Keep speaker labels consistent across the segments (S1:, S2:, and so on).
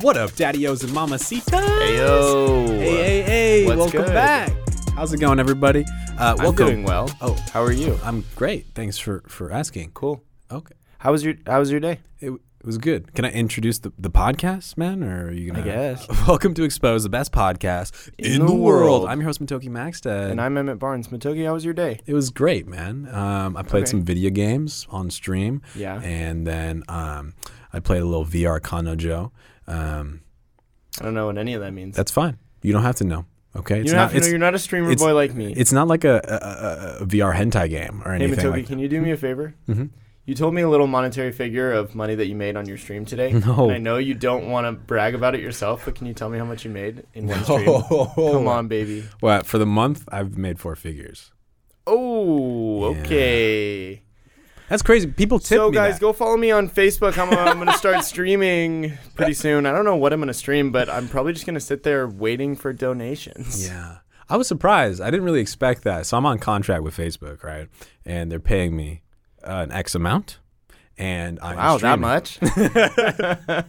S1: What up, daddios and mamacitas?
S2: Yo.
S1: Hey, hey, hey!
S2: What's
S1: welcome
S2: good?
S1: back. How's it going, everybody? Uh,
S2: I'm
S1: welcome.
S2: doing well.
S1: Oh.
S2: how are you?
S1: I'm great. Thanks for for asking.
S2: Cool.
S1: Okay,
S2: How was your How was your day?
S1: it, it was good. Can I introduce the, the podcast, man? Or are you gonna?
S2: guess.
S1: Welcome to Expose, the best podcast in,
S2: In
S1: the,
S2: the
S1: world.
S2: world.
S1: I'm your host Matoki Maxted.
S2: And I'm Emmett Barnes. Matoki, how was your day?
S1: it was great, man. Um, I played
S2: Okay.
S1: some video games on stream.
S2: Yeah.
S1: And then um, I played a little VR Kano Joe. Um,
S2: I don't know what any of that means.
S1: that's fine. You don't have to know. Okay.
S2: you don't have to know. You're not a streamer
S1: it's-
S2: boy like me.
S1: It's not like a, a- a, a VR hentai game or
S2: hey,
S1: anything.
S2: Matoki,
S1: like
S2: can you do me a favor?
S1: Mhm.
S2: You told me a little monetary figure of money that you made on your stream today.
S1: No.
S2: And I know you don't want to brag about it yourself, but can you tell me how much you made in one stream?
S1: No.
S2: Oh, Come on, baby.
S1: Well, for the month, I've made four figures.
S2: Oh,
S1: Yeah.
S2: okay.
S1: That's crazy. People tip
S2: so
S1: me
S2: guys
S1: that.
S2: go follow me on facebook i'm, I'm gonna start streaming pretty soon i don't know what i'm gonna stream but i'm probably just gonna sit there waiting for donations
S1: Yeah. I was surprised. I didn't really expect that. So I'm on contract with Facebook, right? And they're paying me uh, an X amount. And I'm
S2: wow that
S1: streaming.
S2: much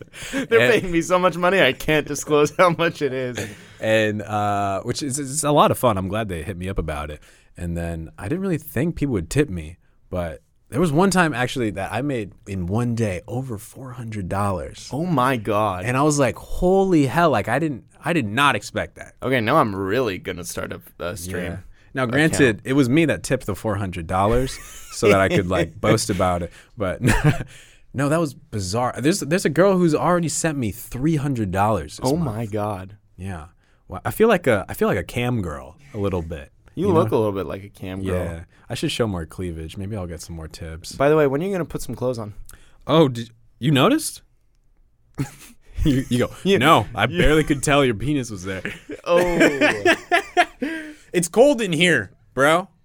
S2: they're
S1: And-
S2: paying me so much money i can't disclose how much it is
S1: and uh, which is it's a lot of fun. I'm glad they hit me up about it. And then I didn't really think people would tip me, but there was one time actually that I made in one day over four hundred dollars,
S2: oh my god
S1: and I was like, "Holy hell!" Like I didn't, I did not expect that.
S2: okay now i'm really gonna start a, a stream
S1: Yeah. Now, granted, it was me that tipped the four hundred dollars so that I could like boast about it, but. No, that was bizarre. There's there's a girl who's already sent me three hundred dollars.
S2: oh my god
S1: Yeah. Well, I feel like a I feel like a cam girl a little bit.
S2: you, look a little bit like a cam girl
S1: Yeah. I should show more cleavage. Maybe I'll get some more tips.
S2: by the way when are you gonna put some clothes on
S1: Oh, did you noticed? you, you go. no, I barely could tell your penis was there.
S2: oh
S1: It's cold in here, bro.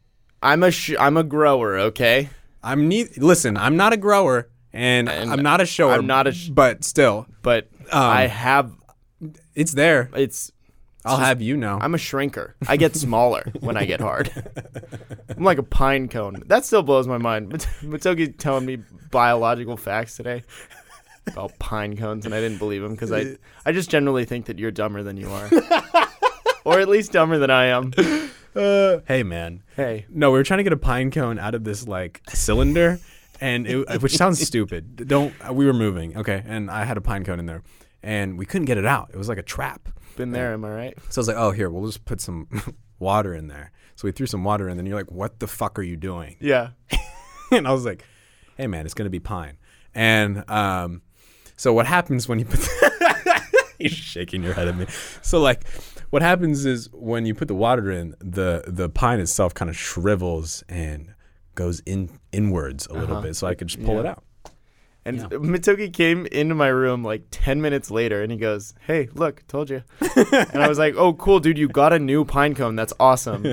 S2: i'm a sh- i'm a grower okay
S1: I'm need. Listen, I'm not a grower and, I'm not a shower.
S2: I'm not a sh-
S1: but still,
S2: but i have
S1: it's there.
S2: it's
S1: I'll have you know.
S2: I'm a shrinker. I get smaller when I get hard. I'm like a pine cone. That still blows my mind. Mat- Matoki's telling me biological facts today about pine cones, and I didn't believe him because I, I just generally think that you're dumber than you are. or at least dumber than I am.
S1: hey, man.
S2: Hey.
S1: No, we were trying to get a pine cone out of this like cylinder, and it, uh, which sounds stupid. Don't uh, we were moving, okay? And I had a pine cone in there, and we couldn't get it out. It was like a trap.
S2: Been there, am I right?
S1: So I was like, oh, here, we'll just put some water in there. So we threw some water in, and you're like, what the fuck are you doing?
S2: Yeah.
S1: and I was like, hey, man, it's gonna be pine. And um, so what happens when you put You're shaking your head at me. So like what happens is when you put the water in, the the pine itself kind of shrivels and goes in inwards a
S2: Uh-huh.
S1: little bit. So I could just pull it out.
S2: And Matoki came into my room like 10 minutes later and he goes, Hey, look, told you. and I was like, Oh, cool, dude, you got a new pine cone. That's awesome.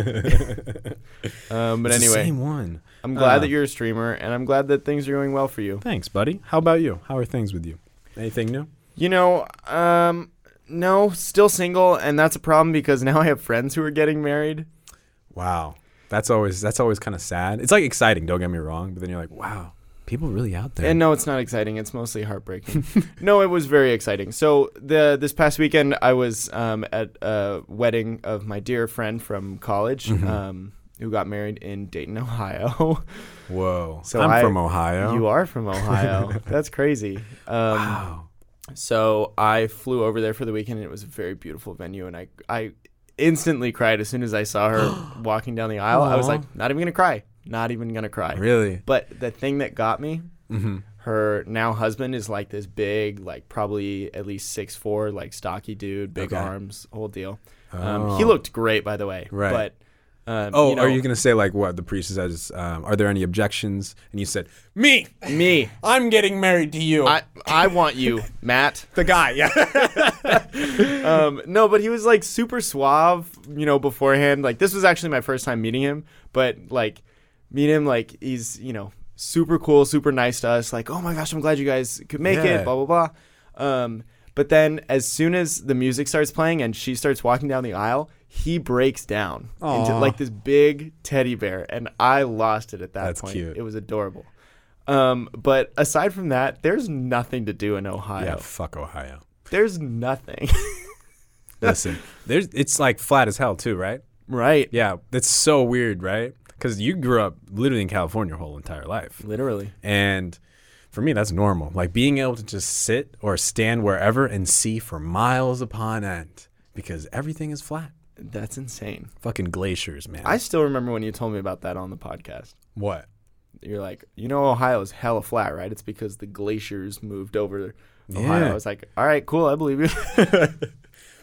S2: um, but
S1: It's the
S2: anyway.
S1: same one.
S2: I'm glad
S1: Uh,
S2: that you're a streamer, and I'm glad that things are going well for you.
S1: Thanks, buddy. How about you? How are things with you? Anything new?
S2: You know, um, no, still single, and that's a problem because now I have friends who are getting married.
S1: Wow. That's always that's always kind of sad. It's like exciting, don't get me wrong, but then you're like, wow, people really out there.
S2: And no, it's not exciting. It's mostly heartbreaking. no, it was very exciting. So the this past weekend, I was um, at a wedding of my dear friend from college.
S1: Mm-hmm.
S2: Um, who got married in Dayton, Ohio?
S1: Whoa.
S2: So
S1: I'm
S2: I-
S1: from Ohio.
S2: you are from Ohio. That's crazy. Um,
S1: Wow.
S2: So I flew over there for the weekend. And it was a very beautiful venue, and I I instantly cried as soon as I saw her walking down the aisle. I was
S1: Aw.
S2: like, not even gonna cry, not even gonna cry.
S1: Really?
S2: But the thing that got me,
S1: Mhm.
S2: her now husband is like this big, like probably at least six four, like stocky dude, big
S1: Okay.
S2: arms, whole deal. Um,
S1: Oh.
S2: he looked great, by the way.
S1: Right.
S2: But um,
S1: Oh,
S2: you know,
S1: are you gonna say like what the priest says? Um, are there any objections? And you said me.
S2: me?
S1: I'm getting married to you.
S2: I I want you, Matt.
S1: the guy. Yeah.
S2: um, no, but he was like super suave, you know, beforehand. Like this was actually my first time meeting him, but like meet him, like he's you know super cool, super nice to us. Like oh my gosh, I'm glad you guys could make
S1: Yeah.
S2: it. Blah blah blah. Um, but then as soon as the music starts playing and she starts walking down the aisle, he breaks down into
S1: Aw.
S2: like this big teddy bear, and I lost it at that
S1: That's
S2: point.
S1: cute.
S2: It was adorable. Um, but aside from that, there's nothing to do in Ohio.
S1: yeah. Fuck Ohio.
S2: There's nothing.
S1: Listen, there's it's like flat as hell too, right?
S2: right.
S1: Yeah, that's so weird, right? Because you grew up literally in California your whole entire life,
S2: Literally.
S1: and for me that's normal. Like being able to just sit or stand wherever and see for miles upon end because everything is flat.
S2: That's insane.
S1: Fucking glaciers, man.
S2: I still remember when you told me about that on the podcast.
S1: what?
S2: You're like, you know, Ohio is hella flat, right? It's because the glaciers moved over Ohio.
S1: Yeah.
S2: I was like, all right, cool. I believe you.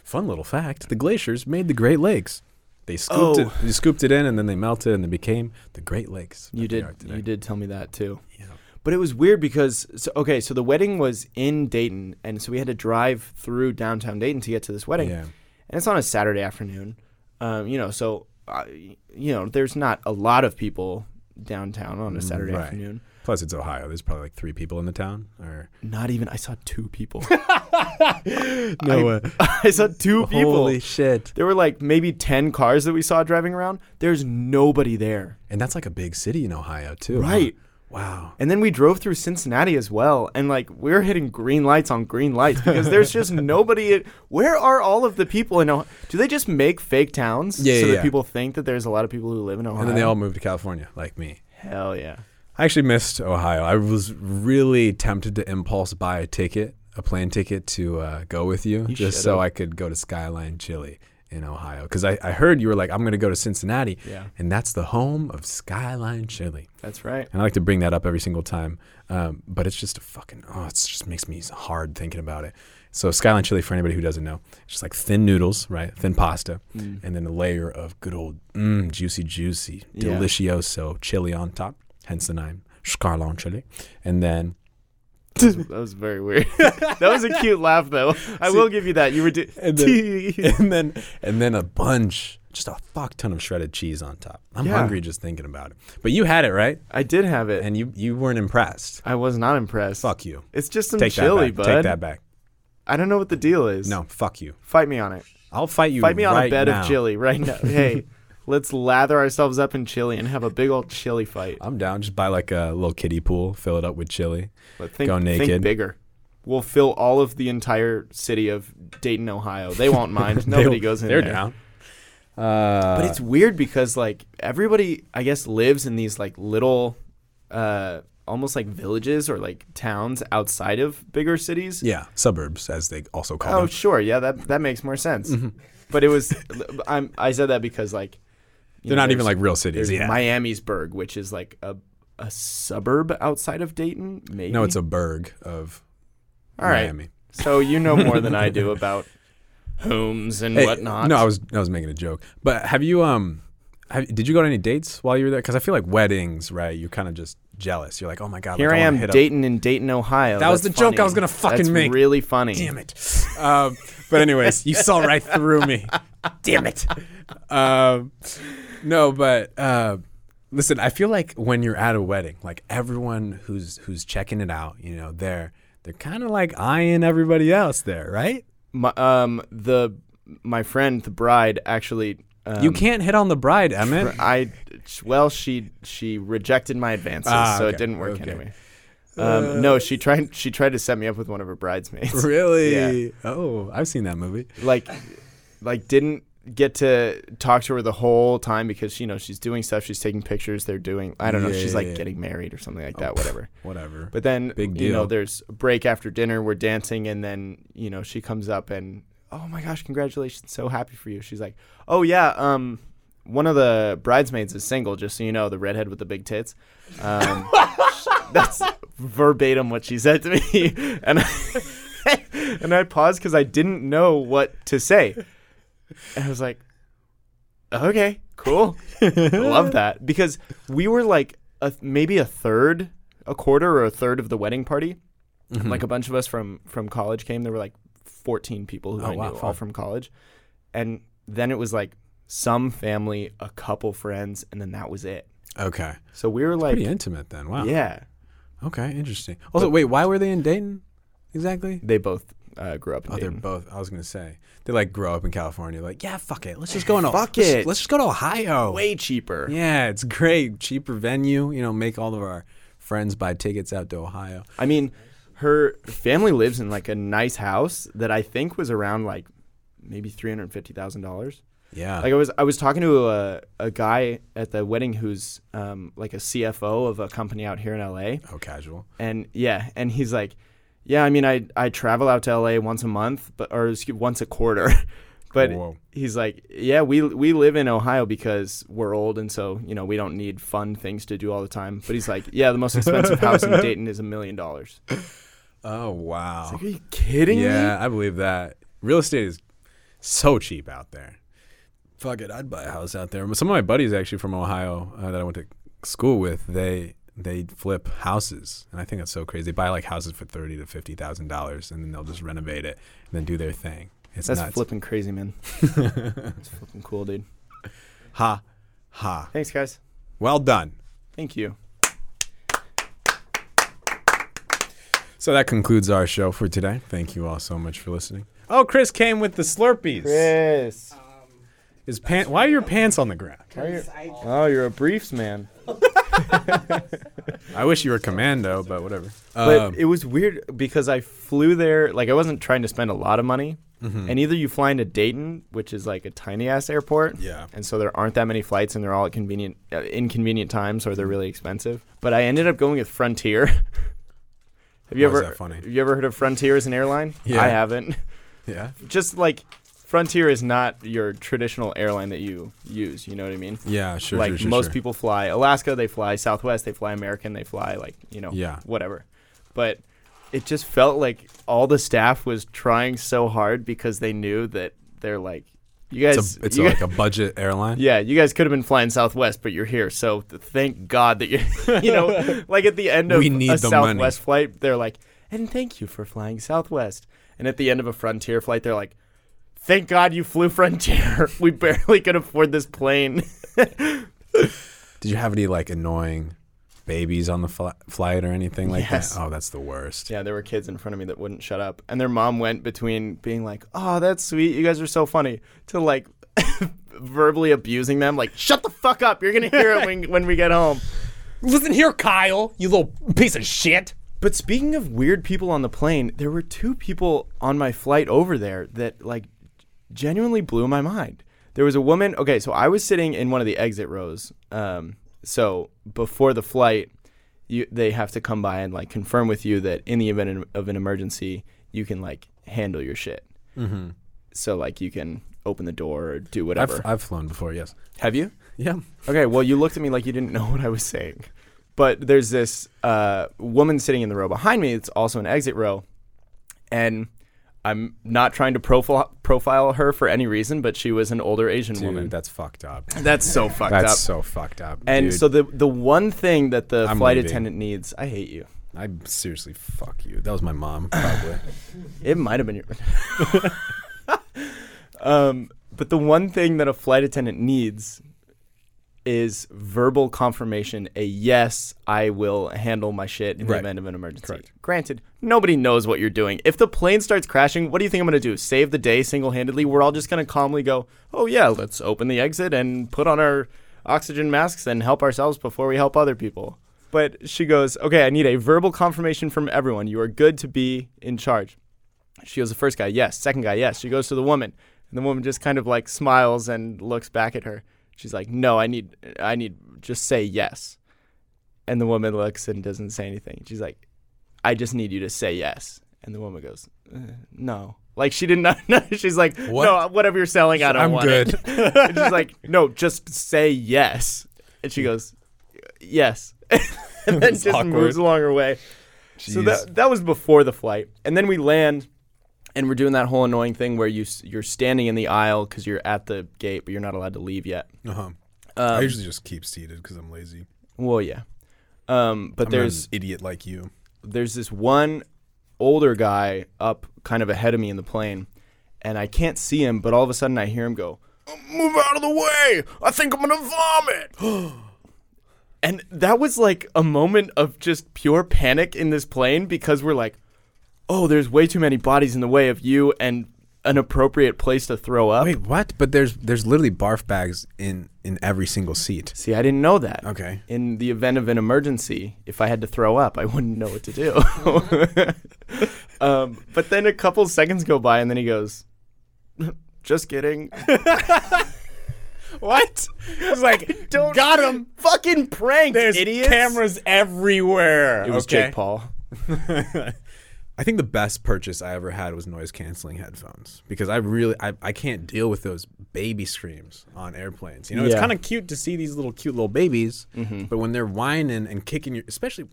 S1: Fun little fact: the glaciers made the Great Lakes. They scooped
S2: Oh.
S1: it. They scooped it in, and then they melted, and they became the Great Lakes. that
S2: you
S1: they
S2: did.
S1: are today.
S2: You did tell me that too.
S1: Yeah.
S2: But it was weird because so, okay, so the wedding was in Dayton, and so we had to drive through downtown Dayton to get to this wedding,
S1: Yeah.
S2: and it's on a Saturday afternoon, um, you know. So uh, you know, there's not a lot of people downtown on a Saturday
S1: Mm, Right.
S2: afternoon.
S1: Plus, it's Ohio. There's probably like three people in the town. Or
S2: Not even I saw two people.
S1: no
S2: I saw two people.
S1: Holy shit!
S2: there were like maybe ten cars that we saw driving around. There's nobody there.
S1: And that's like a big city in Ohio too. huh?
S2: Right.
S1: Wow.
S2: And then we drove through Cincinnati as well, and like we are hitting green lights on green lights because there's just nobody. Where are all of the people in Ohio? Do they just make fake towns
S1: Yeah,
S2: so
S1: yeah,
S2: that
S1: yeah.
S2: people think that there's a lot of people who live in Ohio?
S1: And then they all moved to California, like me.
S2: hell yeah,
S1: I actually missed Ohio. I was really tempted to impulse buy a ticket, a plane ticket to uh, go with you,
S2: You
S1: just so
S2: should've.
S1: I could go to Skyline Chili in Ohio. Because I, I heard you were like, I'm going to go to Cincinnati.
S2: Yeah.
S1: And that's the home of Skyline Chili.
S2: that's right.
S1: And I like to bring that up every single time. Um, but it's just a fucking, oh, it just makes me hard thinking about it. So, Skyline Chili, for anybody who doesn't know, it's just like thin noodles, right? Thin pasta.
S2: Mm.
S1: And then a layer of good old, mm, juicy, juicy,
S2: Yeah.
S1: delicioso chili on top, hence the name, Skyline Chili. And then,
S2: That was, that was very weird. that was a cute laugh though. I will give you that. You were do-
S1: and then, and then, and then a bunch, just a fuck ton of shredded cheese on top. I'm
S2: Yeah.
S1: hungry just thinking about it. But you had it, right?
S2: I did have it.
S1: And you, you weren't impressed.
S2: I was not impressed.
S1: Fuck you.
S2: It's just some
S1: Take
S2: chili,
S1: that back.
S2: bud.
S1: Take that back.
S2: I don't know what the deal is.
S1: No, fuck you.
S2: Fight me on it.
S1: I'll fight you.
S2: Fight me on
S1: right
S2: a bed
S1: now.
S2: of chili right now. Hey, let's lather ourselves up in chili and have a big old chili fight.
S1: I'm down. Just buy like a little kiddie pool, fill it up with chili.
S2: But think,
S1: Go naked.
S2: think bigger. We'll fill all of the entire city of Dayton, Ohio. They won't mind. Nobody
S1: They-
S2: goes in
S1: They're
S2: there.
S1: down. Uh,
S2: But it's weird because like everybody, I guess, lives in these like little, uh, almost like villages or like towns outside of bigger cities.
S1: yeah, suburbs as they also call
S2: Oh,
S1: them.
S2: sure. Yeah, that that makes more sense.
S1: Mm-hmm.
S2: But it was, I'm I said that because like you
S1: They're
S2: know,
S1: not even
S2: there's-
S1: like real cities.
S2: There's
S1: Yeah.
S2: Miamisburg, which is like a a suburb outside of Dayton, maybe.
S1: no, it's a burg of
S2: All right.
S1: Miami.
S2: So you know more than I do about homes and
S1: Hey,
S2: whatnot.
S1: No, I was I was making a joke. But have you um, have, did you go to any dates while you were there? Because I feel like weddings, right? You're kind of just jealous. You're like, oh my god,
S2: here
S1: like,
S2: I
S1: wanna
S2: am,
S1: hit up-
S2: Dayton in Dayton, Ohio.
S1: That was
S2: That's
S1: the joke I
S2: funny.
S1: was gonna fucking
S2: That's
S1: make.
S2: Really funny.
S1: Damn it. Um, but anyways, you saw right through me. Damn it. Um, no, but uh, listen, I feel like when you're at a wedding, like everyone who's who's checking it out, you know, they're they're kind of like eyeing everybody else there, right?
S2: My, um, the my friend, the bride, actually. Um,
S1: you can't hit on the bride, Emmett.
S2: I well, she she rejected my advances,
S1: Ah,
S2: so
S1: okay,
S2: it didn't work
S1: okay.
S2: anyway. Um, no, she tried. She tried to set me up with one of her bridesmaids.
S1: Really? Oh, I've seen that movie.
S2: like like didn't get to talk to her the whole time because you know she's doing stuff she's taking pictures they're doing i don't know
S1: Yeah,
S2: she's
S1: yeah,
S2: like
S1: yeah. Oh,
S2: getting married or something like that whatever
S1: Whatever.
S2: but then
S1: Big
S2: you know
S1: deal.
S2: there's a break after dinner we're dancing and then you know she comes up and oh my gosh congratulations so happy for you she's like oh yeah um one of the bridesmaids is single just so you know the redhead with the big tits um, that's verbatim what she said to me and I, and I paused because I didn't know what to say and I was like okay cool I love that because we were like a, maybe a third, a quarter or a third of the wedding party.
S1: Mm-hmm.
S2: Like a bunch of us from from college came. There were like fourteen people who
S1: Oh,
S2: I
S1: wow,
S2: knew, all
S1: fun.
S2: from college, and then it was like some family, a couple friends, and then that was it.
S1: okay.
S2: So we were like,
S1: Pretty intimate then. Wow.
S2: yeah,
S1: Okay, interesting. Also, wait, why were they in Dayton exactly?
S2: they both uh, grew up. In
S1: Oh, they're
S2: Dayton.
S1: both. I was gonna say they like grow up in California. Like, yeah, fuck it, let's just go to
S2: Fuck
S1: let's,
S2: it.
S1: let's just go to Ohio.
S2: way cheaper.
S1: Yeah, it's great, cheaper venue. You know, make all of our friends buy tickets out to Ohio.
S2: I mean, her family lives in like a nice house that I think was around like maybe three hundred fifty thousand dollars.
S1: Yeah.
S2: Like I was I was talking to a a guy at the wedding who's um like a CFO of a company out here in LA.
S1: oh, casual.
S2: And yeah, and he's like, yeah, I mean, I I travel out to LA once a month, but or excuse, once a quarter, but
S1: Whoa.
S2: he's like, yeah, we we live in Ohio because we're old and so you know we don't need fun things to do all the time. But he's like, yeah, the most expensive house in Dayton is a million dollars.
S1: Oh wow.
S2: Are you kidding
S1: yeah, I believe that. Real estate is so cheap out there. Fuck it, I'd buy a house out there. Some of my buddies actually from Ohio uh, that I went to school with, they they flip houses, and I think that's so crazy. They buy like houses for thirty to fifty thousand dollars, and then they'll just renovate it and then do their thing. It's
S2: That's
S1: nuts.
S2: flipping crazy, man. That's flipping cool, dude.
S1: Ha ha.
S2: Thanks, guys.
S1: Well done.
S2: Thank you.
S1: So that concludes our show for today. Thank you all so much for listening. Oh, Chris came with the Slurpees.
S2: Yes.
S1: His pant. Why are your pants on the ground?
S2: Oh, you're a briefs man.
S1: I wish you were commando, but whatever.
S2: But
S1: Um,
S2: it was weird because I flew there. Like I wasn't trying to spend a lot of money.
S1: Mm-hmm.
S2: And either you fly into Dayton, which is like a tiny ass airport,
S1: Yeah.
S2: and so there aren't that many flights, and they're all at convenient, uh, inconvenient times, or they're really expensive. But I ended up going with Frontier. have you
S1: Why is
S2: ever
S1: that funny?
S2: Have you ever heard of Frontier as an airline?
S1: Yeah.
S2: I haven't.
S1: yeah.
S2: Just like Frontier is not your traditional airline that you use. You know what I mean?
S1: Yeah, sure.
S2: like
S1: sure, sure,
S2: most
S1: sure.
S2: people fly Alaska, they fly Southwest, they fly American, they fly like you know
S1: Yeah.
S2: whatever. But it just felt like all the staff was trying so hard because they knew that they're like you guys.
S1: It's, a, it's
S2: you
S1: a,
S2: guys-
S1: like a budget airline.
S2: yeah, you guys could have been flying Southwest, but you're here. So th- thank God that you, you know, like at the end of
S1: We need
S2: a
S1: the
S2: Southwest
S1: money.
S2: flight, they're like, and thank you for flying Southwest. And at the end of a Frontier flight, they're like, thank God you flew Frontier. we barely could afford this plane.
S1: Did you have any like annoying babies on the fl- flight or anything like
S2: Yes.
S1: that? Oh, that's the worst.
S2: Yeah, there were kids in front of me that wouldn't shut up. And their mom went between being like, oh, that's sweet. You guys are so funny to like verbally abusing them. Like, shut the fuck up. You're going to hear it when, when we get home.
S3: Listen here, Kyle, you little piece of shit.
S2: But speaking of weird people on the plane, there were two people on my flight over there that like genuinely blew my mind. There was a woman. Okay, so I was sitting in one of the exit rows. Um, so before the flight, you they have to come by and like confirm with you that in the event of an emergency, you can like handle your shit. Mm-hmm. So like you can open the door or do
S1: I've,
S2: whatever.
S1: I've flown before, yes.
S2: have you?
S1: Yeah.
S2: Okay, well, you looked at me like you didn't know what I was saying. But there's this uh, woman sitting in the row behind me. It's also an exit row. And I'm not trying to profile, profile her for any reason, but she was an older Asian woman.
S1: Dude, that's fucked up.
S2: That's so fucked
S1: That's
S2: up.
S1: so fucked up.
S2: and
S1: dude.
S2: so the, the one thing that the
S1: I'm
S2: flight
S1: leaving.
S2: attendant needs, I hate you.
S1: I seriously fuck you. That was my mom, probably.
S2: It might have been your. um, but the one thing that a flight attendant needs is verbal confirmation a yes, I will handle my shit in the
S1: Right.
S2: event of an emergency.
S1: Correct.
S2: Granted, nobody knows what you're doing. If the plane starts crashing, what do you think I'm going to do? Save the day single handedly? We're all just going to calmly go, oh, yeah, let's open the exit and put on our oxygen masks and help ourselves before we help other people. But she goes, okay, I need a verbal confirmation from everyone. You are good to be in charge. She goes, the first guy, yes. Second guy, yes. She goes to the woman, and the woman just kind of like smiles and looks back at her. She's like, no, I need, I need, just say yes. And the woman looks and doesn't say anything. She's like, I just need you to say yes. And the woman goes, uh, no. Like she did not know. She's like,
S1: What?
S2: no, whatever you're selling, I don't
S1: I'm
S2: want
S1: good.
S2: it. and she's like, no, just say yes. And she goes, yes. and then just
S1: awkward.
S2: moves along her way. So
S1: Jeez.
S2: that that was before the flight, and then we land, and we're doing that whole annoying thing where you s- you're standing in the aisle because you're at the gate, but you're not allowed to leave yet.
S1: uh-huh.
S2: Um,
S1: I usually just keep seated because I'm lazy.
S2: Well, yeah, um, but
S1: I'm
S2: there's
S1: an idiot like you.
S2: there's this one older guy up kind of ahead of me in the plane, and I can't see him, but all of a sudden I hear him go, "Move out of the way! I think I'm gonna vomit!" and that was like a moment of just pure panic in this plane because we're like, "Oh, there's way too many bodies in the way of you and an appropriate place to throw up.
S1: Wait, what? But there's there's literally barf bags in in every single seat.
S2: See, I didn't know that.
S1: Okay.
S2: In the event of an emergency, if I had to throw up, I wouldn't know what to do. um, but then a couple seconds go by, and then he goes, "Just kidding."
S3: What? It's like,
S2: Don't
S3: got him.
S2: Fucking pranked,
S3: There's
S2: idiots.
S3: cameras everywhere.
S2: It was
S3: okay?
S2: Jake Paul.
S1: I think the best purchase I ever had was noise canceling headphones because I really I, I can't deal with those baby screams on airplanes. You know, it's
S2: Yeah. Mm-hmm.
S1: kind of cute to see these little cute little babies, but when they're whining and kicking your, especially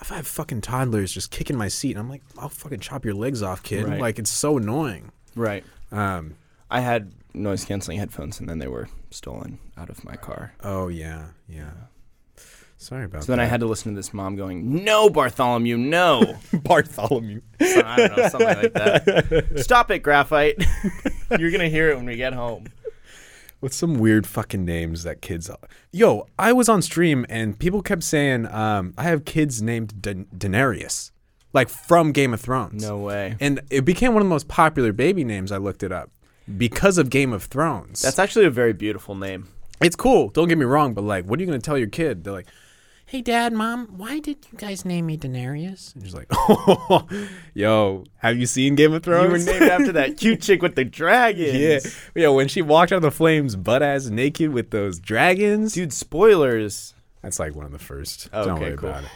S1: if I have fucking toddlers just kicking my seat, and I'm like, I'll fucking chop your legs off, kid.
S2: Right.
S1: Like it's so annoying.
S2: Right.
S1: Um.
S2: I had noise canceling headphones, and then they were stolen out of my car.
S1: Oh yeah, yeah. Sorry about
S2: So then
S1: that.
S2: I had to listen to this mom going, "No, Bartholomew, no."
S1: Bartholomew.
S2: So, I don't know, something like that. Stop it, graphite. You're gonna hear it when we get home.
S1: What's some weird fucking names that kids? Yo, I was on stream and people kept saying um, I have kids named da- Daenerys, like from Game of Thrones.
S2: No way.
S1: And it became one of the most popular baby names. I looked it up because of Game of Thrones.
S2: That's actually a very beautiful name.
S1: it's cool. Don't get me wrong, but like, what are you gonna tell your kid? They're like,
S3: Hey, Dad, Mom, why did you guys name me Daenerys?
S1: and she's like, yo, have you seen Game of
S2: You were
S1: Thrones?
S2: named after that cute chick with the dragons.
S1: yeah, yeah. When she walked out of the flames, butt ass naked with those dragons.
S2: Dude, spoilers.
S1: That's like one of the first.
S2: Okay,
S1: Don't worry
S2: cool.
S1: about it.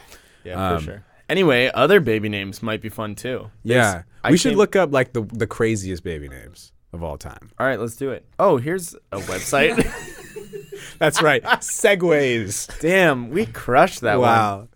S2: Yeah, for sure. Um, Anyway, other baby names might be fun too.
S1: Yeah,
S2: I
S1: we should
S2: came-
S1: look up like the the craziest baby names of all time.
S2: All right, let's do it. Oh, here's a website.
S1: That's right, segways.
S2: Damn, we crushed that one.
S1: Wow.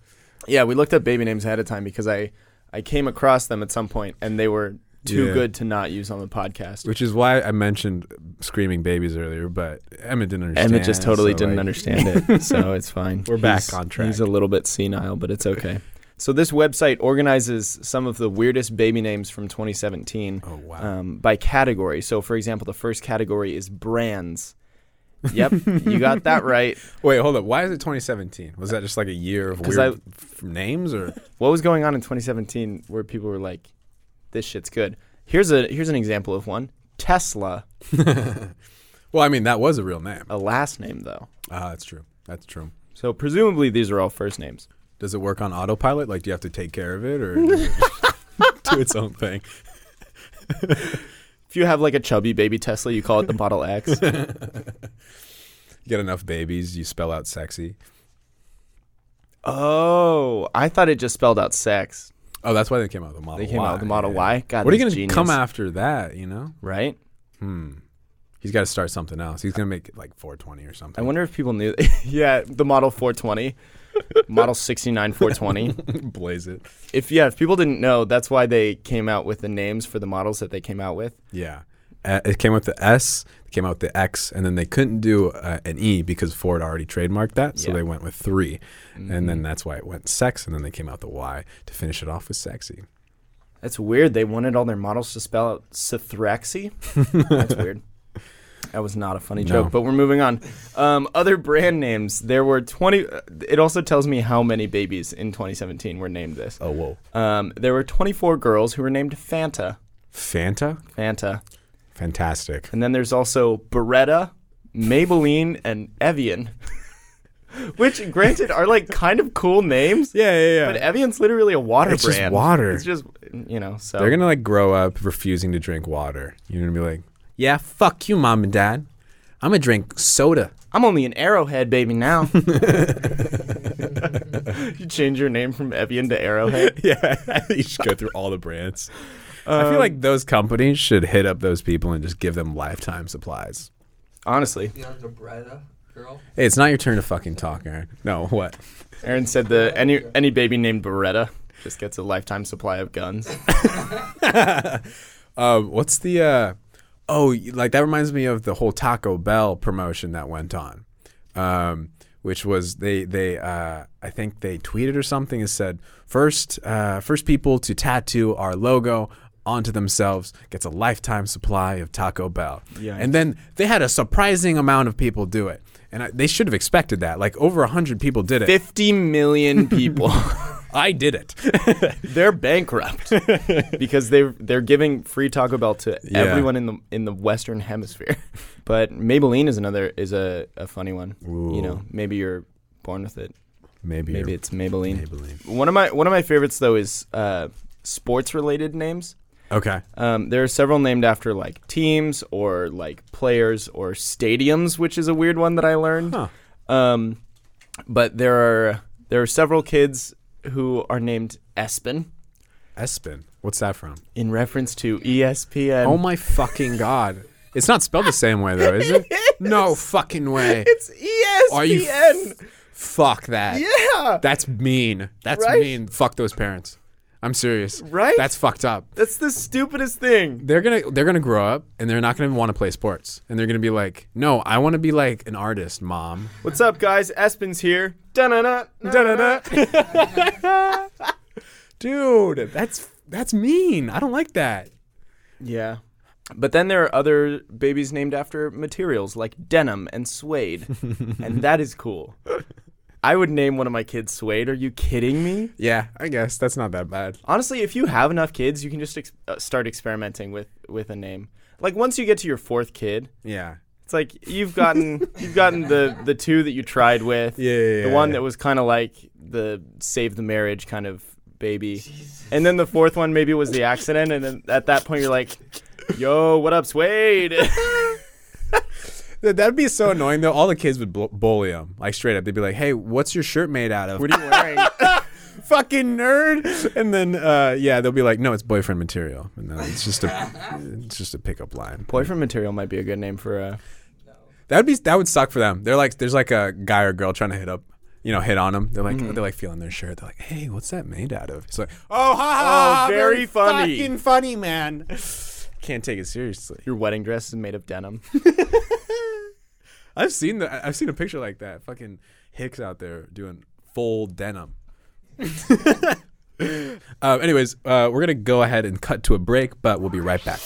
S2: Yeah, we looked up baby names ahead of time because I I came across them at some point and they were too
S1: Yeah.
S2: good to not use on the podcast.
S1: Which is why I mentioned screaming babies earlier, but Emma didn't understand.
S2: Emmett just totally
S1: so,
S2: didn't
S1: like,
S2: understand it, so it's fine.
S1: We're back on track.
S2: He's a little bit senile, but it's okay. so this website organizes some of the weirdest baby names from 2017
S1: Oh wow.
S2: um, by category. So, for example, the first category is brands. Yep, you got that right.
S1: Wait, hold up. Why is it 2017? Was that just like a year of
S2: 'Cause
S1: weird f- names, or
S2: What was going on in 2017 where people were like, "This shit's good." Here's a here's an example of one. Tesla,
S1: well, I mean that was a real name.
S2: a last name though.
S1: Ah, that's true. That's true.
S2: So presumably these are all first names.
S1: Does it work on autopilot? Like, do you have to take care of it, or does it just do its own thing?
S2: If you have like a chubby baby Tesla, you call it the Model X.
S1: You get enough babies, you spell out sexy.
S2: Oh, I thought it just spelled out sex.
S1: Oh, that's why they came out with the model.
S2: They came out with the Model
S1: yeah.
S2: Y. God,
S1: What are you
S2: that's
S1: gonna
S2: genius.
S1: come after that? You know,
S2: Right?
S1: he's got to start something else. He's gonna make it like 420 or
S2: I
S1: something.
S2: wonder if people knew. yeah, the Model 420, Model 69 420.
S1: Blaze it.
S2: If yeah, if people didn't know, that's why they came out with the names for the models that they came out with.
S1: Yeah, Uh, it came out with the S. It came out with the X, and then they couldn't do uh, an E because Ford already trademarked that, so
S2: Yeah.
S1: they went with 3 and then that's why it went sex, and then they came out the Y to finish it off with sexy.
S2: That's weird. They wanted all their models to spell out Cithrexy. That's weird. That was not a funny
S1: No.
S2: joke, but we're moving on. Um, other brand names. There were 20. It also tells me how many babies in 2017 were named this.
S1: Oh whoa,
S2: Um, there were 24 girls who were named Fanta.
S1: Fanta,
S2: Fanta.
S1: fantastic.
S2: And then there's also Beretta, Maybelline, and Evian. Which, granted, are like kind of cool names.
S1: Yeah, yeah, yeah.
S2: But Evian's literally a water
S1: It's just
S2: brand.
S1: water.
S2: It's just, you know, so.
S1: They're gonna like grow up refusing to drink water. You're gonna be like, yeah, fuck you, mom and dad. I'm gonna drink soda.
S2: I'm only an arrowhead baby now. you change your name from Evian to Arrowhead.
S1: Yeah, you should go through all the brands. I feel like those companies should hit up those people and just give them lifetime supplies.
S2: Honestly,
S4: You know, the Bretta girl.
S1: Hey, it's not your turn to fucking talk, Aaron. No, what?
S2: Aaron said the any any baby named Beretta just gets a lifetime supply of guns.
S1: Um, what's the? Uh, oh, you- like that reminds me of the whole Taco Bell promotion that went on, um, which was they they uh, I think they tweeted or something and said first uh, first people to tattoo our logo onto themselves gets a lifetime supply of Taco Bell.
S2: Yeah.
S1: And then they had a surprising amount of people do it. And I, they should have expected that. Like over 100 people did it.
S2: Fifty million people.
S1: I did it.
S2: They're bankrupt because they they're giving free Taco Bell to
S1: Yeah.
S2: everyone in the in the Western Hemisphere. But Maybelline is another is a, a funny one. You know,
S1: Ooh.
S2: maybe you're born with it.
S1: Maybe,
S2: Maybe it's Maybelline.
S1: Maybelline.
S2: One of my one of my favorites though is uh, sports related names.
S1: Okay.
S2: Um, there are several named after like teams or like players or stadiums, which is a weird one that I learned.
S1: Huh.
S2: Um, but there are there are several kids who are named Espen
S1: Espen. What's that from?
S2: in reference to E ESPN.
S1: Oh my fucking god. It's not spelled the same way though, is it? No fucking way.
S2: it's E ESPN.
S1: Are you f- fuck that.
S2: yeah,
S1: That's mean. That's
S2: Right?
S1: mean. Fuck those parents. I'm serious.
S2: Right?
S1: That's fucked up.
S2: that's the stupidest thing.
S1: They're gonna they're gonna grow up and they're not gonna want to play sports. And they're gonna be like, No, I wanna be like an artist, mom.
S2: What's up, guys? Espen's here. Da-na-na,
S1: Dude, that's that's mean. I don't like that.
S2: Yeah. But then there are other babies named after materials like denim and suede, and that is cool. I would name one of my kids suede. Are you kidding me?
S1: Yeah, I guess that's not that bad.
S2: Honestly, if you have enough kids, you can just ex- uh, start experimenting with with a name. Like once you get to your fourth kid,
S1: Yeah.
S2: it's like you've gotten you've gotten the the two that you tried with,
S1: Yeah, yeah,
S2: the
S1: yeah,
S2: one
S1: yeah.
S2: that was kind of like the save the marriage kind of baby, and then the fourth one maybe was the accident, and then at that point you're like, "Yo, what up, Suede?"
S1: Th- That'd be so annoying though. All the kids would bl- bully him, like straight up. They'd be like, "Hey, what's your shirt made out of?"
S2: What are you wearing?
S1: Fucking nerd. And then, uh, yeah, they'll be like, "No, it's boyfriend material." And then it's just a, it's just a pickup line.
S2: Boyfriend material might be a good name for uh, a.
S1: That'd be that would suck for them. They're like, there's like a guy or girl trying to hit up, you know, hit on them. They're like,
S2: Mm-hmm.
S1: they're like feeling their shirt. They're like, "Hey, what's that made out of?" It's like, "Oh, ha ha, ha,
S2: very funny."
S1: fucking funny, man." Can't take it seriously.
S2: Your wedding dress is made of denim.
S1: I've seen the, I- I've seen a picture like that. Fucking Hicks out there doing full denim. uh, anyways, uh, we're gonna go ahead and cut to a break, but we'll be right back.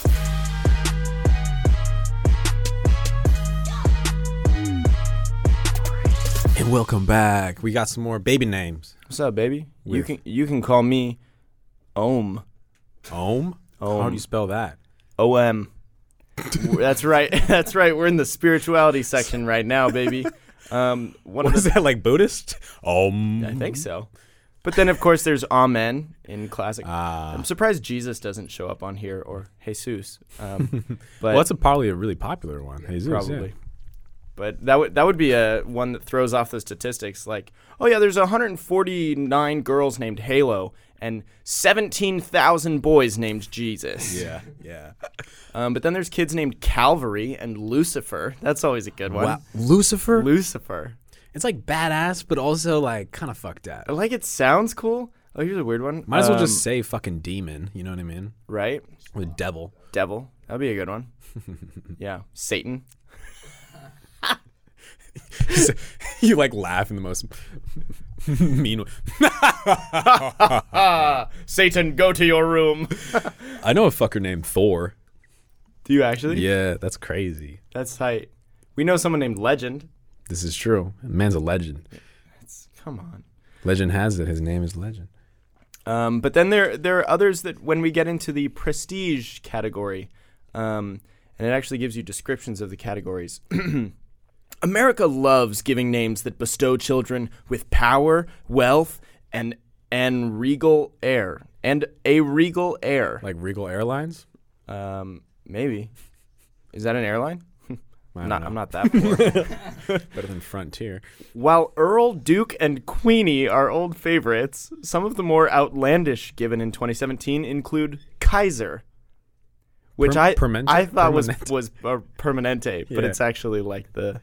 S1: And welcome back. We got some more baby names.
S2: What's up, baby? You
S1: With-
S2: can you can call me, Om
S1: Om. How do you spell that?
S2: O M. That's right. That's right. We're in the spirituality section right now, baby. Um, one
S1: What
S2: of the
S1: is that like Buddhist? Om.
S2: I think so. But then, of course, there's Amen in classic.
S1: Ah.
S2: I'm surprised Jesus doesn't show up on here or Jesus. Um, but
S1: Well, that's a, probably a really popular one. Jesus, yeah.
S2: probably. But that would that would be a one that throws off the statistics. Like, oh yeah, there's 149 girls named Halo and 17,000 boys named Jesus.
S1: Yeah. Yeah.
S2: Um, but then there's kids named Calvary and Lucifer. That's always a good one.
S1: Wow. Lucifer.
S2: Lucifer.
S1: It's like badass, but also like kind of fucked up.
S2: I Like it sounds cool. Oh, here's a weird one.
S1: Might as well
S2: Um,
S1: just say fucking demon. You know what I mean?
S2: right.
S1: Or devil.
S2: Devil. That'd be a good one. yeah. Satan.
S1: you like laugh in the most mean. way.
S2: Satan, go to your room.
S1: I know a fucker named Thor.
S2: Do you actually?
S1: Yeah, that's crazy.
S2: That's tight. We know someone named Legend.
S1: This is true. Man's a legend.
S2: Come on.
S1: Legend has it. His name is Legend.
S2: Um, but then there there are others that when we get into the prestige category, um, and it actually gives you descriptions of the categories. America loves giving names that bestow children with power, wealth, and and regal air, and a regal air.
S1: Like Regal Airlines.
S2: Um, maybe is that an airline?
S1: I
S2: I'm
S1: don't
S2: not,
S1: know.
S2: I'm not that poor.
S1: better than Frontier.
S2: While Earl, Duke, and Queenie are old favorites, some of the more outlandish given in 2017 include Kaiser, which
S1: Per-
S2: I
S1: Permente?
S2: I thought
S1: Permanente.
S2: was was or Permanente, but
S1: Yeah.
S2: it's actually like the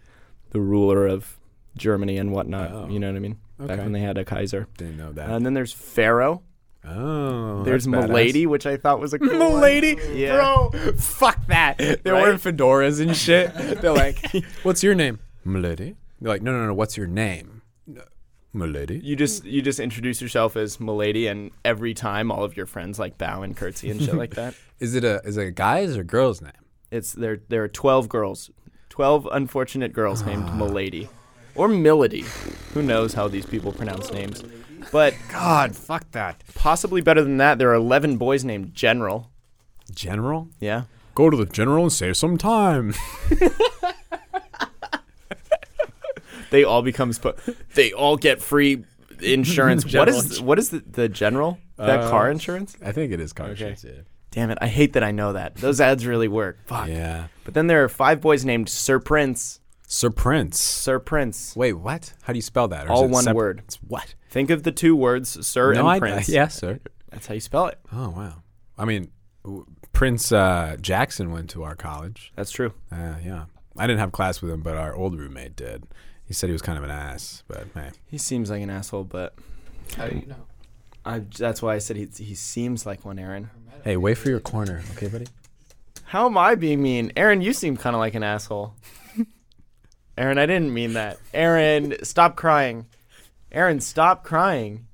S2: the ruler of Germany and whatnot.
S1: Oh.
S2: You know what I mean? Back
S1: Okay.
S2: when they had a Kaiser.
S1: Didn't know that.
S2: And then there's Pharaoh.
S1: oh,
S2: There's
S1: that's badass.
S2: Milady, which I thought was a cool one.
S1: Milady,
S2: Yeah.
S1: bro, fuck that. They're
S2: Right?
S1: wearing fedoras and shit. They're like, "What's your name, Milady?" They're like, "No, no, no. What's your name, Milady?"
S2: You just you just introduce yourself as Milady, and every time all of your friends like bow and curtsy and shit like that.
S1: Is it a is it a guy's or girl's name?
S2: It's there. There are twelve girls, twelve unfortunate girls named Milady, or Milady. Who knows how these people pronounce names? But
S5: God, fuck that.
S2: possibly better than that, there are 11 boys named General.
S1: General?
S2: Yeah.
S1: Go to the general and save some time.
S2: They all become sp- they all get free insurance. what
S1: General
S2: is what is the, the general? That car insurance?
S1: I think it is car insurance.
S2: Damn it, I hate that I know that. Those ads really work. Fuck.
S1: Yeah.
S2: But then there are five boys named Sir Prince.
S1: Sir Prince.
S2: Sir Prince.
S1: Wait, what? How do you spell that? Or is
S2: All
S1: it
S2: one word.
S1: It's what?
S2: Think of the two words Sir and Prince.
S1: yeah, sir.
S2: That's how you spell it.
S1: Oh wow. I mean, w- Prince uh, Jackson went to our college.
S2: That's true.
S1: Uh, yeah, I didn't have class with him, but our old roommate did. He said he was kind of an ass, but hey,
S2: He seems like an asshole, but
S4: How do you know?
S2: I, that's why I said he, he seems like one, Aaron.
S1: hey, wait for your corner, okay, buddy?
S2: How am I being mean? Aaron, you seem kind of like an asshole. Aaron, I didn't mean that. Aaron, stop crying. Aaron, stop crying.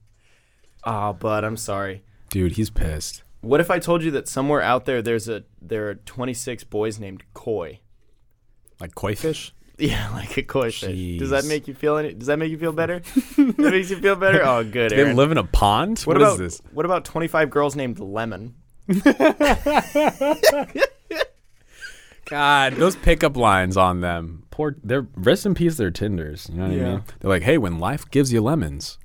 S2: Ah, but I'm sorry.
S1: Dude, he's pissed.
S2: What if I told you that somewhere out there there's a there are 26 boys named koi?
S1: Like koi fish?
S2: Yeah, like a koi fish. Does
S1: Jeez.
S2: that make you feel any? Does that make you feel better? that makes you feel better. Oh, good.
S1: They
S2: Aaron.
S1: live in a pond.
S2: what
S1: what
S2: about
S1: is this?
S2: what about 25 girls named lemon?
S1: God, those pickup lines on them. Poor, they're rest in peace. Their tinders. You know what I
S2: Yeah.
S1: mean? They're like, hey, when life gives you lemons.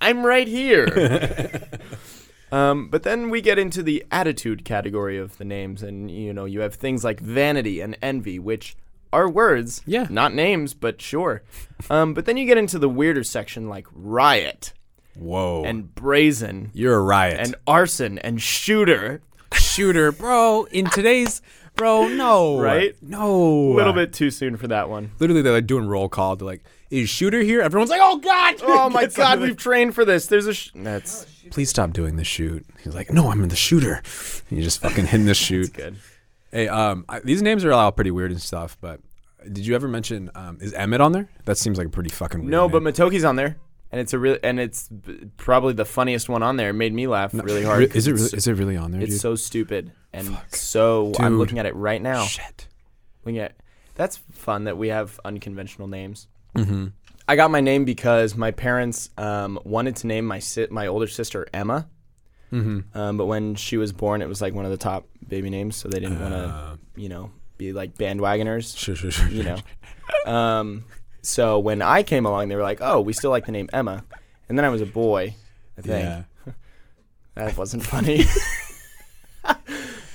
S2: I'm right here. um, but then we get into the attitude category of the names, and you know, you have things like vanity and envy, which are words,
S1: Yeah.
S2: not names, but sure. Um, but then you get into the weirder section like riot
S1: Whoa.
S2: and brazen
S1: you're a riot.
S2: and arson and shooter.
S1: shooter, bro. In today's, bro, no,
S2: Right?
S1: No,
S2: A little bit too soon for that one.
S1: Literally, they're like doing roll call. They're like, "Is shooter here?" Everyone's like, "Oh God!"
S2: Oh my
S1: Gets on Oh,
S2: God,
S1: the-
S2: we've trained for this. There's a sh- that's
S1: Please stop doing the shoot. He's like, "No, I'm in the shooter." And you just fucking hitting the shoot.
S2: good.
S1: Hey, um, I, these names are all pretty weird and stuff. But did you ever mention um, is Emmett on there? That seems like a pretty fucking weird
S2: No, but
S1: name.
S2: Matoki's on there, and it's a real and it's b- probably the funniest one on there. It made me laugh really hard.
S1: Re- is
S2: 'cause
S1: it
S2: it's
S1: really, is it really on there,
S2: It's
S1: dude?
S2: so stupid and so. I'm
S1: Dude.
S2: looking at it right now.
S1: Shit.
S2: Looking at that's fun that we have unconventional names. Mm-hmm. I got my name because my parents um, wanted to name my si- my older sister Emma, mm-hmm. um, but when she was born, it was like one of the top baby names, so they didn't want
S1: Uh.
S2: to, you know, be like bandwagoners,
S1: Sure, sure, sure.
S2: you know. um, so when I came along, they were like, "Oh, we still like the name Emma," and then I was a boy. I think
S1: Yeah.
S2: that wasn't funny.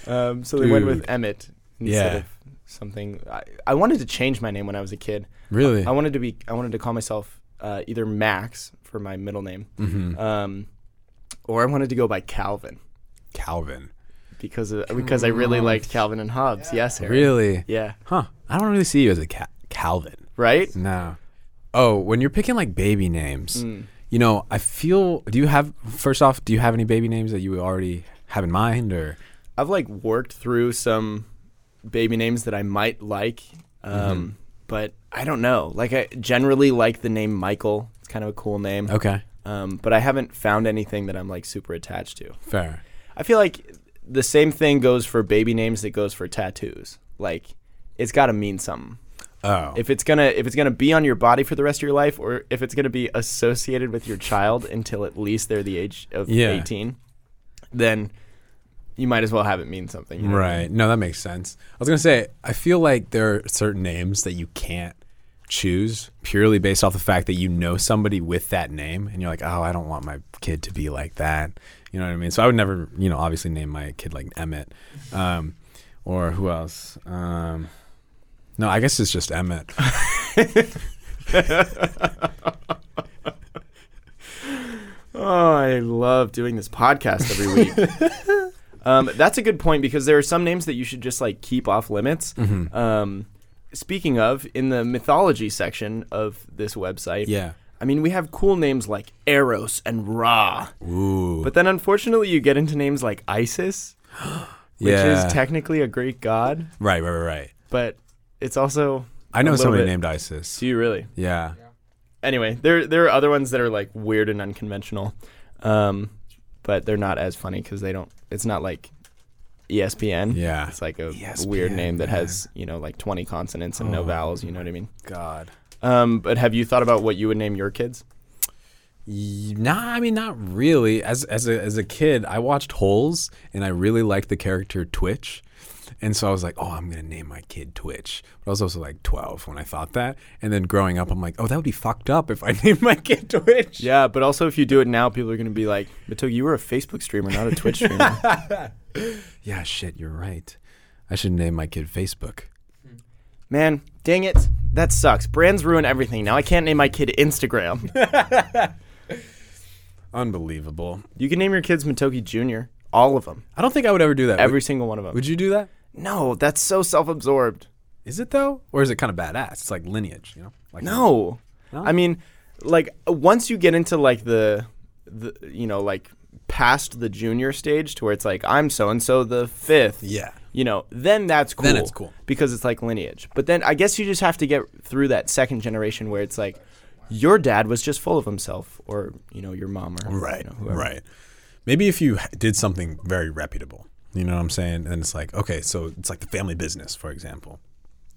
S2: um, so they went with
S1: Dude.
S2: Emmett instead
S1: Yeah.
S2: of something. I, I wanted to change my name when I was a kid.
S1: Really?
S2: I wanted to be. I wanted to call myself uh, either Max for my middle name,
S1: Mm-hmm.
S2: um, or I wanted to go by Calvin
S1: Calvin.
S2: because of, because I really liked Calvin and Hobbes. Yes, Harry.
S1: Really?
S2: Yeah.
S1: Huh. I don't really see you as a ca- Calvin.
S2: Right.
S1: No. Oh, when you're picking like baby names,
S2: Hmm.
S1: you know, I feel. Do you have first off? Do you have any baby names that you already have in mind, or
S2: I've like worked through some baby names that I might like, um,
S1: Mm-hmm.
S2: but I don't know. Like I generally like the name Michael. It's kind of a cool name.
S1: okay,
S2: um, but I haven't found anything that I'm like super attached to.
S1: fair.
S2: I feel like the same thing goes for baby names that goes for tattoos. Like it's got to mean something.
S1: Oh,
S2: If it's gonna if it's gonna be on your body for the rest of your life, or if it's gonna be associated with your child until at least they're the age of
S1: Yeah.
S2: 18, then you might as well have it mean something. you know?
S1: right. No, that makes sense. I was gonna say, I feel like there are certain names that you can't choose purely based off the fact that you know somebody with that name, and you're like, oh, I don't want my kid to be like that. You know what I mean? So I would never, you know, obviously name my kid like Emmett, um, or who else? Um, no, I guess it's just Emmett.
S2: Oh, I love doing this podcast every week. um, that's a good point because there are some names that you should just like keep off limits.
S1: Mm-hmm.
S2: Um, speaking of, in the mythology section of this website,
S1: Yeah.
S2: I mean we have cool names like Eros and Ra,
S1: Ooh.
S2: but then unfortunately you get into names like Isis, which is technically a Greek god,
S1: right, right, right, right.
S2: but it's also
S1: I know
S2: a little
S1: somebody
S2: bit-
S1: named ISIS.
S2: Do you really?
S1: Yeah.
S2: Anyway, there there are other ones that are like weird and unconventional, um, but they're not as funny because they don't. It's not like E ESPN.
S1: Yeah.
S2: it's like a weird
S1: ESPN,
S2: name that has you know like twenty consonants and no vowels. You know what I mean?
S1: God.
S2: Um, but have you thought about what you would name your kids?
S1: Y- Nah, I mean not really. As as a as a kid, I watched Holes, and I really liked the character Twitch, and so I was like, oh, I'm gonna name my kid Twitch. But I was also like 12 when I thought that, and then growing up, I'm like, oh, that would be fucked up if I named my kid Twitch.
S2: Yeah, but also if you do it now, people are gonna be like, Matogi, you were a Facebook streamer, not a Twitch streamer.
S1: Yeah, shit, you're right. I should name my kid Facebook.
S2: Man, dang it. That sucks. Brands ruin everything. Now I can't name my kid Instagram.
S1: Unbelievable.
S2: you can name your kids Matoki Jr. All of them.
S1: I don't think I would ever do that.
S2: Every
S1: would,
S2: single one of them.
S1: would you do that?
S2: no, that's so self absorbed.
S1: Is it though, or is it kind of badass? It's like lineage, you know? Like
S2: No.
S1: No?
S2: I mean, like once you get into like the the you know, like past the junior stage to where it's like I'm so and so the fifth.
S1: Yeah.
S2: You know, then that's cool.
S1: Then it's cool.
S2: Because it's like lineage. But then I guess you just have to get through that second generation where it's like your dad was just full of himself or, you know, your mom or you
S1: Right,
S2: know, whoever.
S1: right. Maybe if you h- did something very reputable, you know what I'm saying? And it's like, okay, so it's like the family business, for example,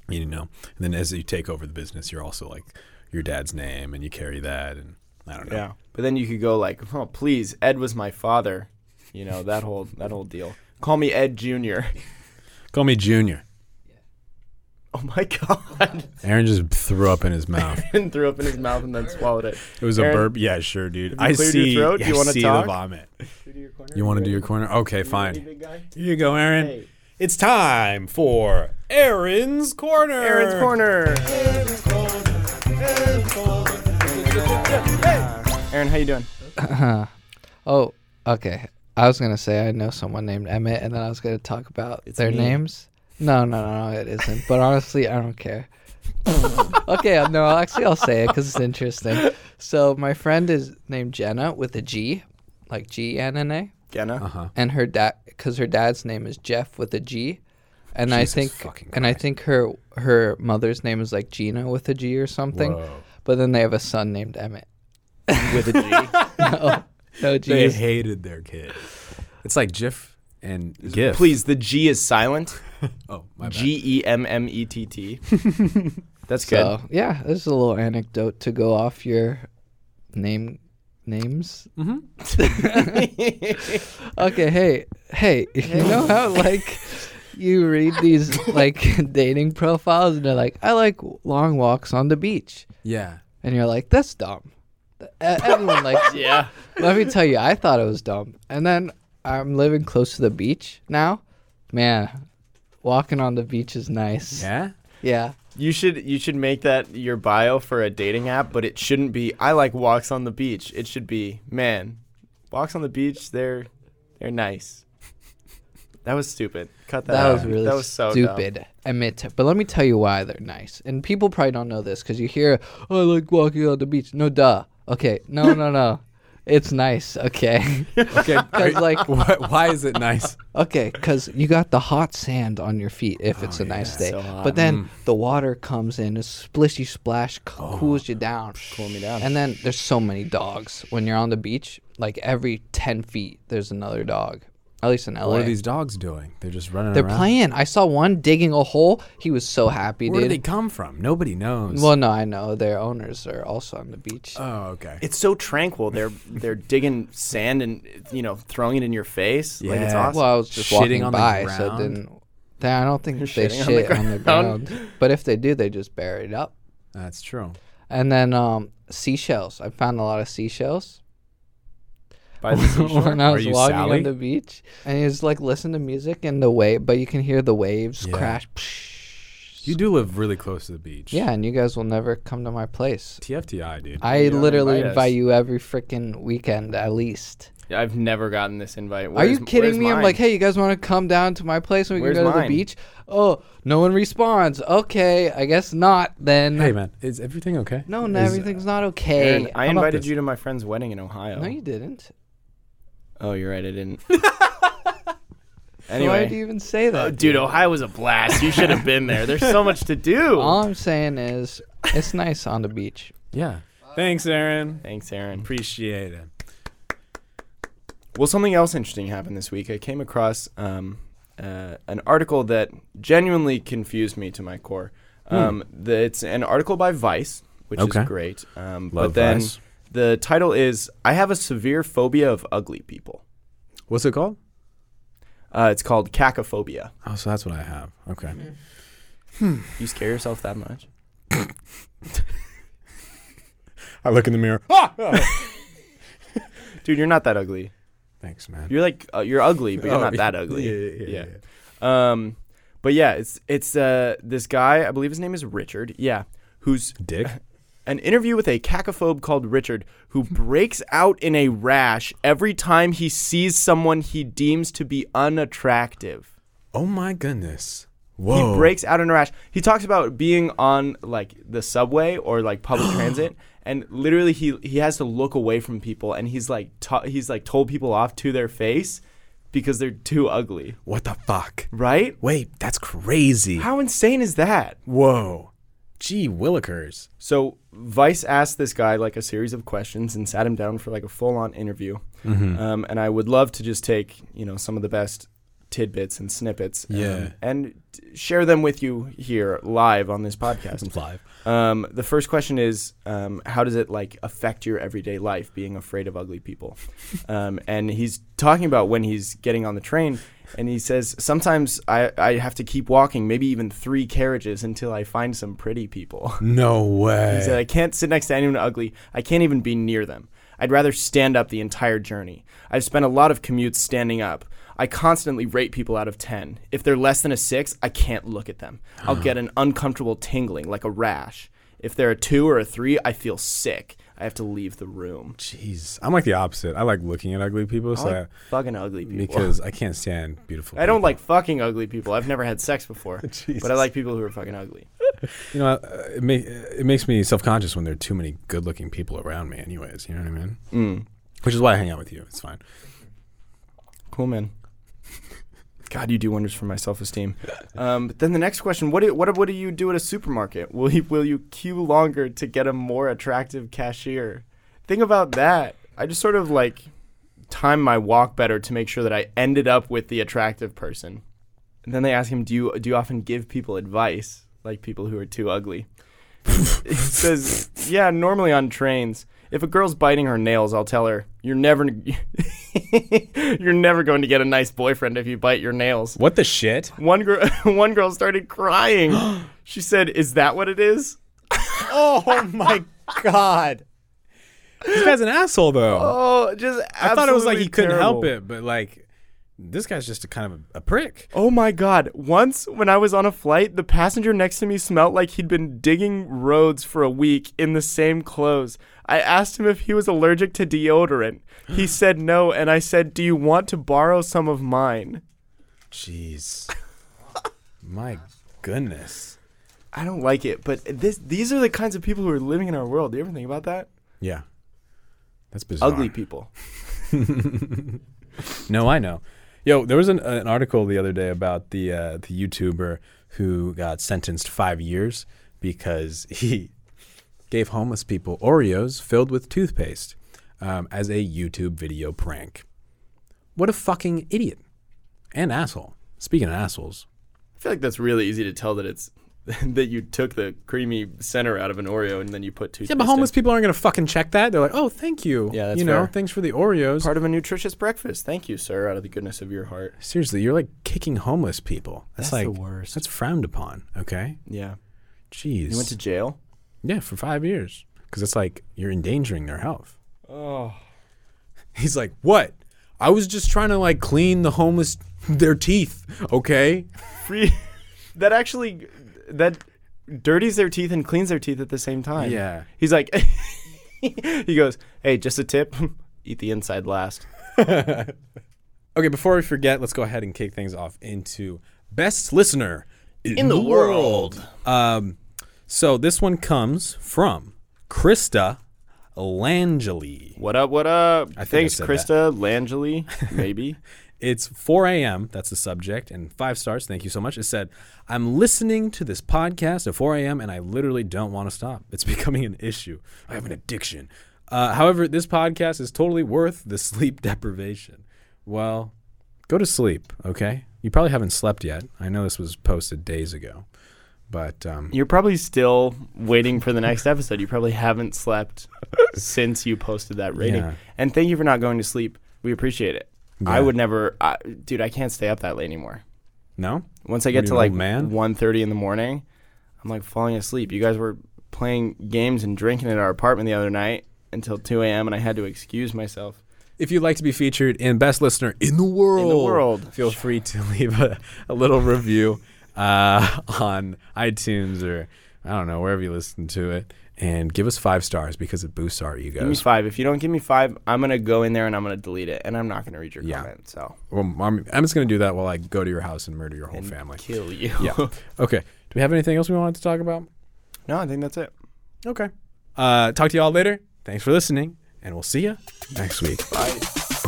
S1: you know? And then as you take over the business, you're also like your dad's name and you carry that. And I don't know.
S2: Yeah. But then you could go like, "Oh, please, Ed was my father." You know, that whole that whole deal. Call me Ed Jr.
S1: Call me Junior.
S2: Oh my god.
S1: Aaron just threw up in his mouth.
S2: and threw up in his mouth and then swallowed it.
S1: It was a
S2: Aaron,
S1: burp. Yeah, sure, dude.
S2: you
S1: I
S2: cleared your
S1: see.
S2: throat? Do
S1: I
S2: you wanna
S1: see
S2: talk?
S1: the vomit. You want to do your corner? Okay, fine.
S2: Big guy?
S1: Here you go, Aaron.
S2: Hey.
S1: It's time for Aaron's corner.
S2: Aaron's corner. Aaron, how you doing?
S5: Oh, okay. I was gonna say I know someone named Emmett, and then I was gonna talk about their
S2: me.
S5: names. No, no, no, no, it isn't. But honestly, I don't care. okay, uh, no, actually, I'll say it because it's interesting. So my friend is named Jenna with a G, like G N N A,
S2: Jenna.
S5: and her dad, because her dad's name is Jeff with a G, and
S1: Jesus
S5: I think,
S1: fucking
S5: and I
S1: Christ.
S5: think her her mother's name is like Gina with a G or something.
S1: Whoa.
S5: But then they have a son named Emmett.
S2: With a G.
S5: No
S1: They
S5: G.
S1: hated their kid. It's like GIF and GIF.
S2: Please, the G is silent.
S1: Oh, my bad.
S2: G E M M E T T. That's good.
S5: So yeah, this is a little anecdote to go off your name names.
S2: Mm-hmm.
S5: okay, hey, hey, you know how like you read these like dating profiles and they're like, I like long walks on the beach,
S1: yeah.
S5: and you're like, that's dumb. E- Everyone likes
S2: yeah.
S5: let me tell you, I thought it was dumb. And then I'm living close to the beach now. Man, walking on the beach is nice.
S1: Yeah?
S5: yeah.
S2: You should you should make that your bio for a dating app, but it shouldn't be I like walks on the beach. It should be, man, walks on the beach, they're they're nice. That was stupid. Cut that,
S5: That
S2: out.
S5: was really
S2: that was so dumb.
S5: stupid. Admit, but let me tell you why they're nice. And people probably don't know this because you hear, "Oh, I like walking on the beach." No, duh. Okay, no, no, no. It's nice. Okay,
S1: Okay.
S5: because like,
S1: why, why is it nice?
S5: okay, 'cause you got the hot sand on your feet if it's a nice day.
S2: Oh, so hot.
S5: but
S1: Mm.
S5: then the water comes in, it's splishy splash, c-
S2: Oh.
S5: cools you down. Cool me down. And then there's so many dogs when you're on the beach. Like every ten feet, there's another dog. At least in LA.
S1: What are these dogs doing? They're just running
S5: They're
S1: around.
S5: playing. I saw one digging a hole. He was so happy,
S1: Where do
S5: dude.
S1: they come from? Nobody knows.
S5: well, no, I know their owners are also on the beach.
S1: oh, okay.
S2: It's so tranquil. They're they're digging sand and you know throwing it in your face. Like it's
S1: Yeah.
S2: awesome.
S5: well, I was just
S1: shitting
S5: walking
S1: on the
S5: by, so it
S1: ground?
S5: didn't. They, I don't think they
S2: Shitting on the
S5: shit on the
S2: ground.
S5: ground. But if they do, they just bury it up.
S1: That's true.
S5: And then um, seashells. I found a lot of seashells
S2: By the seashore.
S5: when I
S1: Are
S5: was
S1: you
S5: walking
S1: Sally?
S5: on the beach, and you just like listen to music and the wave, but you can hear the waves
S1: Yeah.
S5: crash.
S1: You do live really close to the beach.
S5: Yeah, and you guys will never come to my place.
S1: TFTI, dude.
S5: I
S2: don't
S5: literally
S2: invite us.
S5: invite, you every freaking weekend at least.
S2: I've never gotten this invite.
S5: Are
S2: Where's-
S5: you kidding
S2: where's
S5: me? I'm
S2: mine?
S5: like, hey, you guys want to come down to my place and we
S2: Where's
S5: can go to
S2: mine?
S5: the beach? Oh, no one responds. Okay, I guess not then.
S1: Hey, man. Is everything okay?
S5: no,
S1: Is-
S5: no, everything's not okay.
S2: Aaron, I
S1: how about
S2: invited
S1: this?
S2: you to my friend's wedding in Ohio.
S5: no, you didn't.
S2: oh, you're right. I didn't.
S5: So
S2: anyway,
S5: Why do you even say that?
S2: Oh, dude, Ohio was a blast. You should have been there. There's so much to do.
S5: All I'm saying is, it's nice on the beach.
S1: Yeah. Thanks, Aaron.
S2: Thanks, Aaron.
S1: Appreciate it.
S2: Well, something else interesting happened this week. I came across um, uh, an article that genuinely confused me to my core. Um, the, it's an article by Vice, which
S1: Hmm. Okay.
S2: is great. Um,
S1: Love
S2: but then
S1: Vice.
S2: The title is I Have a Severe Phobia of Ugly People.
S1: What's it called?
S2: Uh, it's called Cacophobia.
S1: Oh, so that's what I have. Okay.
S2: You scare yourself that much?
S1: I look in the mirror. Ah! Oh.
S2: Dude, you're not that ugly.
S1: Thanks, man.
S2: You're like uh, you're ugly, but you're
S1: Oh,
S2: not that
S1: yeah,
S2: ugly.
S1: yeah, yeah, yeah.
S2: Um, but yeah, it's it's uh this guy, I believe his name is Richard. Yeah, who's
S1: Dick.
S2: an interview with a cacophobe called Richard who breaks out in a rash every time he sees someone he deems to be unattractive.
S1: Oh my goodness. Whoa.
S2: He breaks out in a rash. He talks about being on like the subway or like public transit, and literally he he has to look away from people, and he's like to- he's like told people off to their face because they're too ugly,
S1: What the fuck?
S2: right?
S1: Wait, that's crazy.
S2: How insane is that?
S1: Whoa. Gee, Willikers.
S2: So Vice asked this guy like a series of questions and sat him down for like a full on interview. Um, and I would love to just take you know some of the best tidbits and snippets um,
S1: Yeah.
S2: and t- share them with you here live on this podcast.
S1: Live.
S2: Um, the first question is, um, how does it like affect your everyday life being afraid of ugly people? um, and he's talking about when he's getting on the train, and he says sometimes I, I have to keep walking, maybe even three carriages until I find some pretty people.
S1: No way.
S2: he said I can't sit next to anyone ugly. I can't even be near them. I'd rather stand up the entire journey. I've spent a lot of commutes standing up. I constantly rate people out of 10. If they're less than a 6, I can't look at them. I'll get an uncomfortable tingling, like a rash. If they're a 2 or a 3, I feel sick. I have to leave the room.
S1: Jeez. I'm like the opposite. I like looking at ugly people,
S2: I
S1: so
S2: like
S1: I-
S2: fucking ugly people.
S1: because I can't stand beautiful.
S2: I don't
S1: people.
S2: like fucking ugly people. I've never had sex before. but I
S1: Jesus.
S2: like people who are fucking ugly.
S1: You know, uh, it, ma- it makes me self conscious when there are too many good looking people around me. Anyways, you know what I mean?
S2: Mm.
S1: Which is why I hang out with you. It's fine.
S2: Cool, man. God, you do wonders for my self-esteem. Um, but then the next question: What do what what do you do at a supermarket? Will you will you queue longer to get a more attractive cashier? Think about that. I just sort of like time my walk better to make sure that I ended up with the attractive person. And then they ask him, "Do you do you often give people advice like people who are too ugly?" he says, "Yeah, normally on trains. If a girl's biting her nails, I'll tell her you're never you're never going to get a nice boyfriend if you bite your nails."
S1: What the shit?
S2: One girl one girl started crying. she said, "Is that what it is?"
S1: Oh my god. This guy's an asshole, though.
S2: Oh, just
S1: I thought it was like he
S2: absolutely
S1: couldn't help
S2: terrible.
S1: it, but like this guy's just a kind of a, a prick.
S2: Oh my god. Once when I was on a flight, the passenger next to me smelt like he'd been digging roads for a week in the same clothes. I asked him if he was allergic to deodorant. He said no, and I said, "Do you want to borrow some of mine?"
S1: Jeez. my goodness.
S2: I don't like it, but this these are the kinds of people who are living in our world. Do you ever think about that?
S1: Yeah. That's bizarre.
S2: Ugly people.
S1: No, I know. Yo, there was an, an article the other day about the uh, the YouTuber who got sentenced five years because he gave homeless people Oreos filled with toothpaste um, as a YouTube video prank. What a fucking idiot and asshole. Speaking of assholes,
S2: I feel like that's really easy to tell that it's that you took the creamy center out of an Oreo and then you put two.
S1: yeah, but homeless people aren't gonna fucking check that. They're like, oh, thank you.
S2: Yeah, that's
S1: you know,
S2: fair.
S1: thanks for the Oreos.
S2: part of a nutritious breakfast. Thank you, sir, out of the goodness of your heart.
S1: Seriously, you're like kicking homeless people. That's,
S2: That's
S1: like
S2: the worst.
S1: That's frowned upon. Okay,
S2: Yeah.
S1: jeez.
S2: You went to jail?
S1: Yeah, for five years. Because it's like you're endangering their health.
S2: Oh.
S1: He's like, what? I was just trying to like clean the homeless their teeth. Okay.
S2: Free That actually that dirties their teeth and cleans their teeth at the same time.
S1: Yeah.
S2: He's like He goes, "Hey, just a tip. Eat the inside last."
S1: Okay. Before we forget, let's go ahead and kick things off into best listener in,
S2: the world.
S1: Um, so this one comes from Krista Langeli.
S2: What up? What up?
S1: I think I
S2: Thanks,
S1: said
S2: Krista Langeli. Maybe.
S1: It's 4 a.m. That's the subject, and five stars. Thank you so much. It said, I'm listening to this podcast at 4 a.m., and I literally don't want to stop. It's becoming an issue. I have an addiction. Uh, however, this podcast is totally worth the sleep deprivation. Well, go to sleep, okay? You probably haven't slept yet. I know this was posted days ago, But um,
S2: You're probably still waiting for the next episode. You probably haven't slept since you posted that rating.
S1: Yeah.
S2: And thank you for not going to sleep. We appreciate it. I
S1: Yeah.
S2: would never, I, dude. I can't stay up that late anymore.
S1: no,
S2: Once I get
S1: you
S2: to
S1: an
S2: like
S1: old man?
S2: 1.30 in the morning, I'm like falling asleep. You guys were playing games and drinking at our apartment the other night until 2 a.m. and I had to excuse myself.
S1: If you'd like to be featured in Best Listener in the World,
S2: world.
S1: feel free to leave a, a little review uh, on iTunes or I don't know wherever you listen to it, and give us five stars because it boosts our
S2: Give me
S1: egos.
S2: five. If you don't give me five, I'm gonna go in there and I'm gonna delete it and I'm not gonna read your
S1: Yeah.
S2: comment. So
S1: Well, I'm, I'm just gonna do that while I go to your house and murder your whole family.
S2: kill you.
S1: Yeah. Okay. Do we have anything else we wanted to talk about?
S2: no, I think that's it.
S1: Okay. Uh, talk to y'all later. Thanks for listening, and we'll see you next week.
S2: Bye.